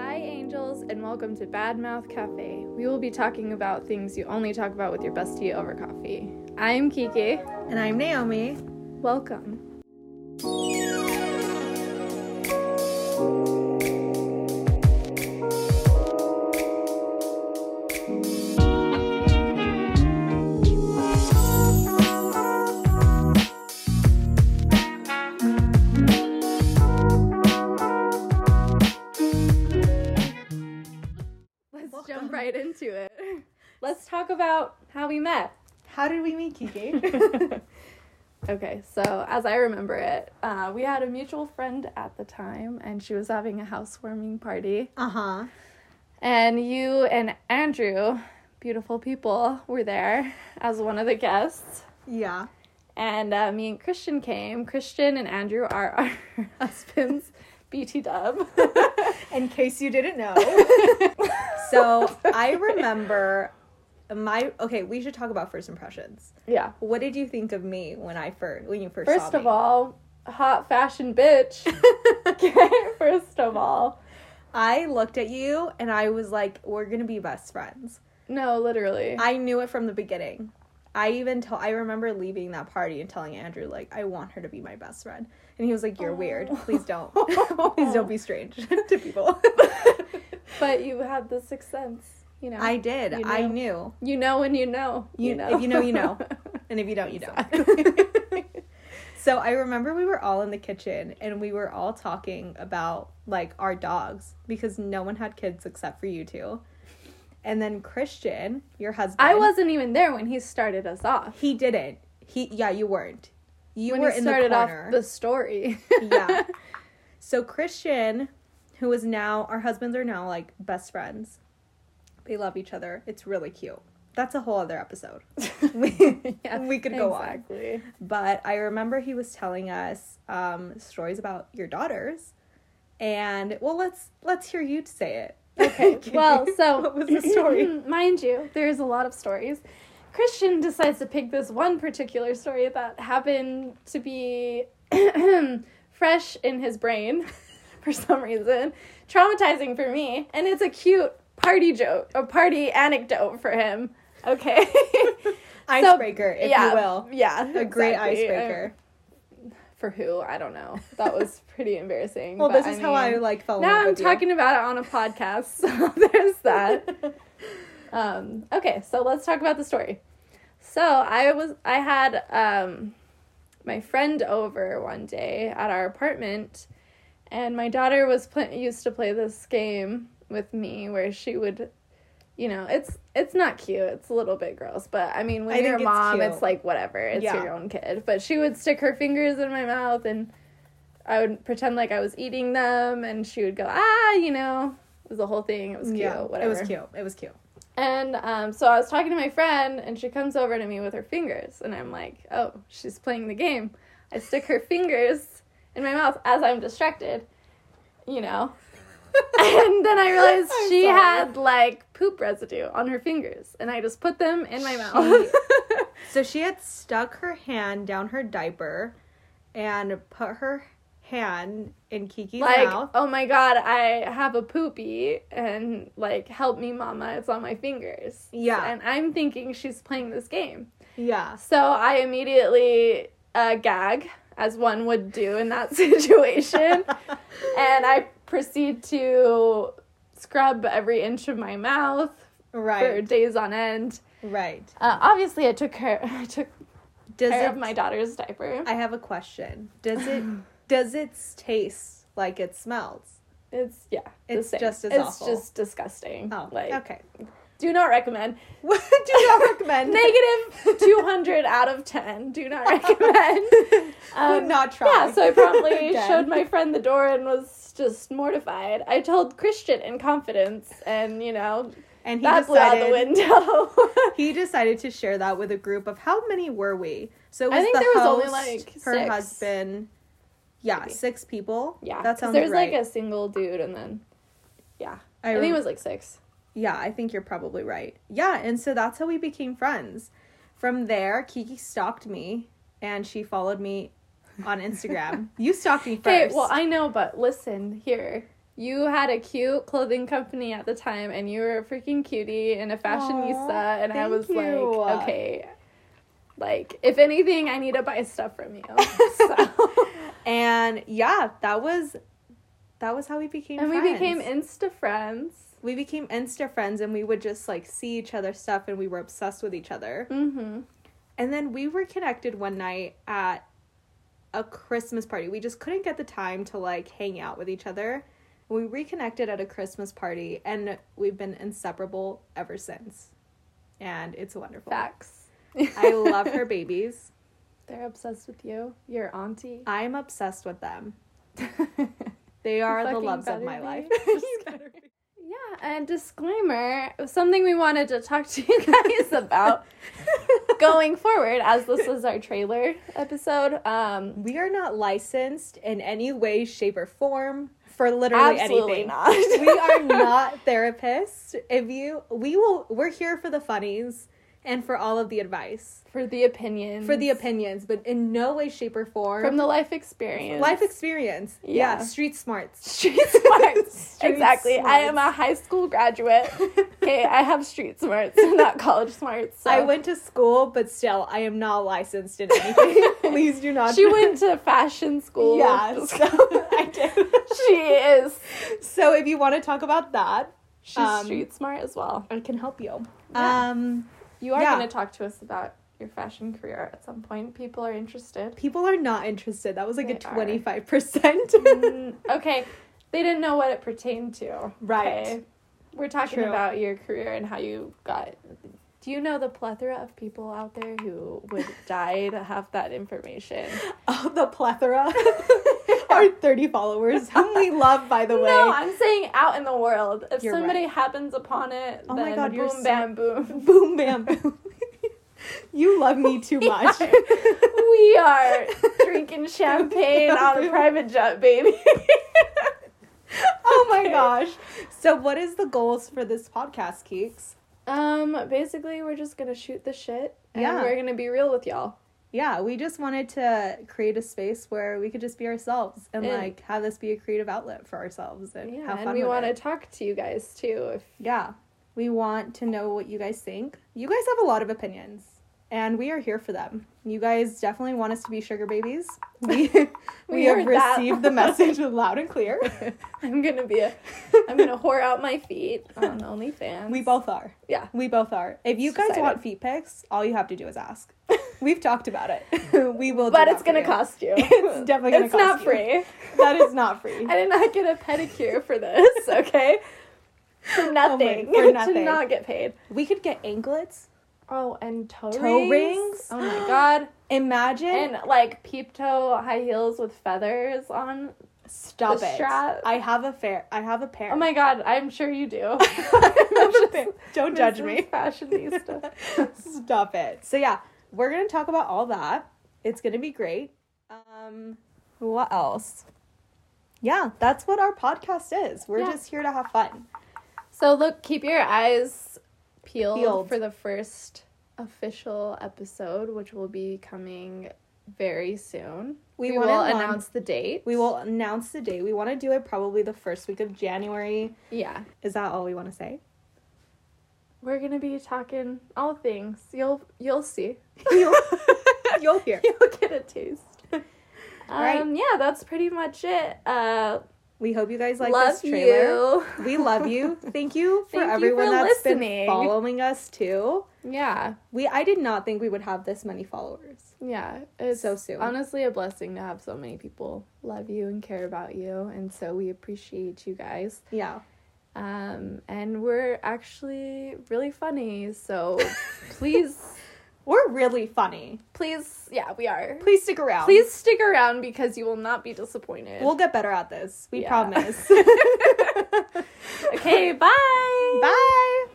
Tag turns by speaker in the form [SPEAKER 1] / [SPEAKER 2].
[SPEAKER 1] angels, and welcome to Badmouth Cafe. We will be talking about things you only talk about with your bestie over coffee. I'm Kiki.
[SPEAKER 2] And I'm Naomi.
[SPEAKER 1] Welcome. Let's jump
[SPEAKER 2] Welcome.
[SPEAKER 1] right into it. Let's talk about how we met.
[SPEAKER 2] How did we meet, Kiki?
[SPEAKER 1] Okay, so as I remember it, uh, we had a mutual friend at the time, and she was having a housewarming party.
[SPEAKER 2] uh huh.
[SPEAKER 1] And you and Andrew, beautiful people, were there as one of the guests.
[SPEAKER 2] Yeah.
[SPEAKER 1] And uh, me and Christian came. Christian and Andrew are our husbands, BT dub.
[SPEAKER 2] In case you didn't know. so I remember my okay. We should talk about first impressions.
[SPEAKER 1] yeah.
[SPEAKER 2] What did you think of me when I first when you first?
[SPEAKER 1] First
[SPEAKER 2] saw
[SPEAKER 1] of
[SPEAKER 2] me?
[SPEAKER 1] all, hot fashion bitch. okay, first of all.
[SPEAKER 2] I looked at you and I was like, "We're gonna be best friends."
[SPEAKER 1] No, literally.
[SPEAKER 2] I knew it from the beginning. I even told I remember leaving that party and telling Andrew like, "I want her to be my best friend," and he was like, "You're weird. Please don't. Please don't be strange to people."
[SPEAKER 1] but you had the sixth sense, you know.
[SPEAKER 2] I did.
[SPEAKER 1] You
[SPEAKER 2] I
[SPEAKER 1] knew.
[SPEAKER 2] knew.
[SPEAKER 1] You know when you know. You,
[SPEAKER 2] You-
[SPEAKER 1] know.
[SPEAKER 2] if you know, you know. And if you don't, you don't. so I remember we were all in the kitchen and we were all talking about like our dogs because no one had kids except for you two. And then Christian, your husband,
[SPEAKER 1] I wasn't even there when he started us off.
[SPEAKER 2] He didn't. He yeah, you weren't. You
[SPEAKER 1] when
[SPEAKER 2] were
[SPEAKER 1] he
[SPEAKER 2] in
[SPEAKER 1] started
[SPEAKER 2] the corner.
[SPEAKER 1] off the story.
[SPEAKER 2] yeah. So Christian, who is now our husbands are now like best friends. They love each other. It's really cute. That's a whole other episode. we, we could go on.
[SPEAKER 1] exactly.
[SPEAKER 2] But I remember he was telling us um, stories about your daughters, and well, let's let's hear you say it.
[SPEAKER 1] Okay. Well, so
[SPEAKER 2] what was the story?
[SPEAKER 1] mind you, there's a lot of stories. Christian decides to pick this one particular story that happened to be fresh in his brain for some reason, traumatizing for me, and it's a cute party joke, a party anecdote for him. Okay.
[SPEAKER 2] icebreaker, if
[SPEAKER 1] yeah,
[SPEAKER 2] you will.
[SPEAKER 1] Yeah.
[SPEAKER 2] A great
[SPEAKER 1] exactly. um,
[SPEAKER 2] icebreaker.
[SPEAKER 1] for who I don't know. That was pretty embarrassing.
[SPEAKER 2] Well,
[SPEAKER 1] but
[SPEAKER 2] this is how I
[SPEAKER 1] mean,
[SPEAKER 2] like fell in
[SPEAKER 1] Now
[SPEAKER 2] love
[SPEAKER 1] I'm
[SPEAKER 2] with you.
[SPEAKER 1] talking about it on a podcast, so there's that. um, okay, so let's talk about the story. So I was I had um, my friend over one day at our apartment, and my daughter was pl- used to play this game with me where she would. You know, it's it's not cute. It's a little bit gross, but I mean,
[SPEAKER 2] I
[SPEAKER 1] when you're a
[SPEAKER 2] think it's
[SPEAKER 1] mom,
[SPEAKER 2] cute.
[SPEAKER 1] it's like whatever. It's
[SPEAKER 2] Yeah.
[SPEAKER 1] your own kid. But she would stick her fingers in my mouth, and I would pretend like I was eating them, and she would go, ah, you know, it was the whole thing. It was cute,
[SPEAKER 2] Yeah,
[SPEAKER 1] whatever.
[SPEAKER 2] It was cute. It was cute.
[SPEAKER 1] And um, so I was talking to my friend, and she comes over to me with her fingers, and I'm like, oh, she's playing the game. I stick her fingers in my mouth as I'm distracted, you know. and then I realized
[SPEAKER 2] I'm
[SPEAKER 1] she
[SPEAKER 2] sorry.
[SPEAKER 1] had like poop residue on her fingers, and I just put them in my mouth.
[SPEAKER 2] She- So she had stuck her hand down her diaper and put her hand in Kiki's
[SPEAKER 1] like,
[SPEAKER 2] mouth.
[SPEAKER 1] oh my god, I have a poopy, and like, help me, mama, it's on my fingers.
[SPEAKER 2] Yeah.
[SPEAKER 1] And I'm thinking she's playing this game.
[SPEAKER 2] Yeah.
[SPEAKER 1] So I immediately uh, gag, as one would do in that situation, and I proceed to scrub every inch of my mouth for
[SPEAKER 2] Right.
[SPEAKER 1] days on end.
[SPEAKER 2] Right.
[SPEAKER 1] Uh, obviously, I took care, I took
[SPEAKER 2] Does
[SPEAKER 1] care
[SPEAKER 2] it
[SPEAKER 1] of my daughter's diaper.
[SPEAKER 2] I have a question. Does it does it taste like it smells?
[SPEAKER 1] It's yeah,
[SPEAKER 2] It's
[SPEAKER 1] the same.
[SPEAKER 2] just as
[SPEAKER 1] it's
[SPEAKER 2] awful.
[SPEAKER 1] just disgusting.
[SPEAKER 2] Oh,
[SPEAKER 1] like
[SPEAKER 2] okay.
[SPEAKER 1] do not recommend.
[SPEAKER 2] Do not recommend.
[SPEAKER 1] Negative 200 out of 10. Do not recommend.
[SPEAKER 2] Would not try.
[SPEAKER 1] Um, Yeah, so I probably
[SPEAKER 2] Again.
[SPEAKER 1] showed my friend the door and was just mortified. I told Christian in confidence, and you know,
[SPEAKER 2] and he
[SPEAKER 1] that blew out the
[SPEAKER 2] decided-
[SPEAKER 1] window.
[SPEAKER 2] He decided to share that with a group of how many were we? So it
[SPEAKER 1] I
[SPEAKER 2] was
[SPEAKER 1] think
[SPEAKER 2] the
[SPEAKER 1] there was only,
[SPEAKER 2] host,
[SPEAKER 1] like,
[SPEAKER 2] her
[SPEAKER 1] six.
[SPEAKER 2] husband. Yeah,
[SPEAKER 1] Maybe.
[SPEAKER 2] six people.
[SPEAKER 1] yeah,
[SPEAKER 2] that
[SPEAKER 1] 'cause
[SPEAKER 2] sounds
[SPEAKER 1] There's
[SPEAKER 2] right.
[SPEAKER 1] like a single dude, and then, yeah. I,
[SPEAKER 2] I
[SPEAKER 1] think
[SPEAKER 2] rem-
[SPEAKER 1] it was like six.
[SPEAKER 2] Yeah, I think you're probably right. Yeah, and so that's how we became friends. From there, Kiki stalked me and she followed me on Instagram. you stalked me
[SPEAKER 1] Okay,
[SPEAKER 2] first.
[SPEAKER 1] well, I know, but listen here. you had a cute clothing company at the time and you were a freaking cutie and a fashionista
[SPEAKER 2] Aw,
[SPEAKER 1] and I
[SPEAKER 2] thank
[SPEAKER 1] was
[SPEAKER 2] you.
[SPEAKER 1] like, okay. Like, if anything, I need to buy stuff from you. So
[SPEAKER 2] And yeah, that was that was how we became
[SPEAKER 1] and we
[SPEAKER 2] friends.
[SPEAKER 1] became Insta friends.
[SPEAKER 2] we became Insta friends and we would just like see each other's stuff and we were obsessed with each other.
[SPEAKER 1] Mm-hmm.
[SPEAKER 2] And then we were connected one night at a Christmas party. We just couldn't get the time to like hang out with each other. We reconnected at a Christmas party and we've been inseparable ever since. And it's wonderful.
[SPEAKER 1] Facts.
[SPEAKER 2] I love her babies.
[SPEAKER 1] They're obsessed with you. Your auntie.
[SPEAKER 2] I'm obsessed with them. They are the
[SPEAKER 1] fucking
[SPEAKER 2] loves of
[SPEAKER 1] better
[SPEAKER 2] my
[SPEAKER 1] be.
[SPEAKER 2] life.
[SPEAKER 1] You Yeah, and disclaimer, it was something we wanted to talk to you guys about going forward, as this was our trailer episode. Um,
[SPEAKER 2] We are not licensed in any way, shape, or form for literally
[SPEAKER 1] Absolutely
[SPEAKER 2] anything.
[SPEAKER 1] not.
[SPEAKER 2] we are not therapists. If you, we will. We're here for the funnies and for all of the advice,
[SPEAKER 1] for the opinion,
[SPEAKER 2] for the opinions, but in no way, shape, or form
[SPEAKER 1] from the life experience,
[SPEAKER 2] life experience.
[SPEAKER 1] Yeah.
[SPEAKER 2] Yeah. street smarts.
[SPEAKER 1] street smarts.
[SPEAKER 2] Street
[SPEAKER 1] exactly. I am
[SPEAKER 2] smarts.
[SPEAKER 1] a high school graduate. Okay, I have street smarts, not college smarts. So.
[SPEAKER 2] I went to school, but still, I am not licensed in anything. Please do not.
[SPEAKER 1] She went to fashion school.
[SPEAKER 2] Yeah, so I did.
[SPEAKER 1] she is.
[SPEAKER 2] So if you want to talk about that,
[SPEAKER 1] She's
[SPEAKER 2] Um,
[SPEAKER 1] street smart as well.
[SPEAKER 2] I can help you.
[SPEAKER 1] Yeah.
[SPEAKER 2] Um.
[SPEAKER 1] You are
[SPEAKER 2] yeah.
[SPEAKER 1] going to talk to us about your fashion career at some point. People are interested.
[SPEAKER 2] People are not interested. That was like
[SPEAKER 1] They
[SPEAKER 2] a
[SPEAKER 1] are.
[SPEAKER 2] twenty five percent.
[SPEAKER 1] Mm, okay. They didn't know what it pertained to.
[SPEAKER 2] Right.
[SPEAKER 1] Okay. We're talking
[SPEAKER 2] True.
[SPEAKER 1] about your career and how you got. Do you know the plethora of people out there who would die to have that information?
[SPEAKER 2] Oh, the plethora. Our thirty followers, whom we love, by the way.
[SPEAKER 1] No, I'm saying out in the world. If
[SPEAKER 2] You're
[SPEAKER 1] somebody
[SPEAKER 2] right.
[SPEAKER 1] happens upon it,
[SPEAKER 2] Oh my
[SPEAKER 1] then
[SPEAKER 2] God, you're
[SPEAKER 1] boom,
[SPEAKER 2] so-
[SPEAKER 1] bam, boom.
[SPEAKER 2] Boom, bam, boom. you love me too
[SPEAKER 1] We
[SPEAKER 2] much.
[SPEAKER 1] are- we are drinking champagne
[SPEAKER 2] bam,
[SPEAKER 1] on a
[SPEAKER 2] boom.
[SPEAKER 1] private jet, baby.
[SPEAKER 2] oh my
[SPEAKER 1] Okay.
[SPEAKER 2] gosh. So, what is the goals for this podcast, Keeks?
[SPEAKER 1] Um, basically, we're just gonna shoot the shit, and
[SPEAKER 2] Yeah.
[SPEAKER 1] we're gonna be real with y'all.
[SPEAKER 2] Yeah, we just wanted to create a space where we could just be ourselves and,
[SPEAKER 1] And-
[SPEAKER 2] like have this be a creative outlet for ourselves and
[SPEAKER 1] Yeah,
[SPEAKER 2] have fun
[SPEAKER 1] and we
[SPEAKER 2] with
[SPEAKER 1] want to
[SPEAKER 2] it.
[SPEAKER 1] talk to you guys too. If
[SPEAKER 2] Yeah, we want to know what you guys think. You guys have a lot of opinions, and we are here for them. You guys definitely want us to be sugar babies. We we,
[SPEAKER 1] We
[SPEAKER 2] have
[SPEAKER 1] heard that.
[SPEAKER 2] received the message loud and clear.
[SPEAKER 1] I'm gonna be a, I'm gonna whore out my feet on OnlyFans.
[SPEAKER 2] we both are.
[SPEAKER 1] yeah.
[SPEAKER 2] We both are. If you guys
[SPEAKER 1] Decided.
[SPEAKER 2] want feet pics, all you have to do is ask. We've talked about it. we will. do
[SPEAKER 1] But
[SPEAKER 2] that
[SPEAKER 1] it's
[SPEAKER 2] for
[SPEAKER 1] gonna
[SPEAKER 2] you.
[SPEAKER 1] cost you.
[SPEAKER 2] It's definitely gonna
[SPEAKER 1] it's
[SPEAKER 2] cost
[SPEAKER 1] not
[SPEAKER 2] you.
[SPEAKER 1] free.
[SPEAKER 2] That is not free.
[SPEAKER 1] I did not get a pedicure for this. Okay, for nothing.
[SPEAKER 2] Oh for
[SPEAKER 1] To
[SPEAKER 2] nothing.
[SPEAKER 1] not get paid.
[SPEAKER 2] we could get anklets.
[SPEAKER 1] Oh, and toe,
[SPEAKER 2] Toe
[SPEAKER 1] rings.
[SPEAKER 2] rings?
[SPEAKER 1] Oh my god.
[SPEAKER 2] Imagine.
[SPEAKER 1] And like peep toe high heels with feathers on.
[SPEAKER 2] stop
[SPEAKER 1] the
[SPEAKER 2] it.
[SPEAKER 1] strap.
[SPEAKER 2] I have a fair. I have a pair.
[SPEAKER 1] Oh my god, I'm sure you do.
[SPEAKER 2] Don't judge me.
[SPEAKER 1] Fashionista.
[SPEAKER 2] Stop it. So yeah, we're gonna talk about all that. It's gonna be great. Um, what else? Yeah, that's what our podcast is. We're
[SPEAKER 1] Yeah.
[SPEAKER 2] just here to have fun.
[SPEAKER 1] So look, keep your eyes peeled,
[SPEAKER 2] Peeled.
[SPEAKER 1] for the first official episode, which will be coming very soon.
[SPEAKER 2] We
[SPEAKER 1] We,
[SPEAKER 2] wanna
[SPEAKER 1] will
[SPEAKER 2] launch-
[SPEAKER 1] announce the date.
[SPEAKER 2] We will announce the day. We want to do it probably the first week of January.
[SPEAKER 1] Yeah,
[SPEAKER 2] Is that all we want to say?
[SPEAKER 1] we're gonna be talking all things. You'll you'll see.
[SPEAKER 2] You'll, you'll hear.
[SPEAKER 1] You'll get a taste. Um,
[SPEAKER 2] Right.
[SPEAKER 1] Yeah, that's pretty much it. Uh,
[SPEAKER 2] We hope you guys like
[SPEAKER 1] love
[SPEAKER 2] this trailer.
[SPEAKER 1] you.
[SPEAKER 2] We love you. Thank you for
[SPEAKER 1] Thank you
[SPEAKER 2] everyone
[SPEAKER 1] for
[SPEAKER 2] that's been
[SPEAKER 1] listening.
[SPEAKER 2] following us too.
[SPEAKER 1] Yeah,
[SPEAKER 2] We I did not think we would have this many followers.
[SPEAKER 1] yeah. It's
[SPEAKER 2] So soon.
[SPEAKER 1] Honestly, a blessing to have so many people love you and care about you, and so we appreciate you guys.
[SPEAKER 2] Yeah.
[SPEAKER 1] Um, and we're actually really funny, so please,
[SPEAKER 2] We're really funny.
[SPEAKER 1] please, yeah, we are.
[SPEAKER 2] Please stick around.
[SPEAKER 1] Please stick around because you will not be disappointed.
[SPEAKER 2] We'll get better at this. We
[SPEAKER 1] Yeah.
[SPEAKER 2] promise.
[SPEAKER 1] okay, bye.
[SPEAKER 2] Bye.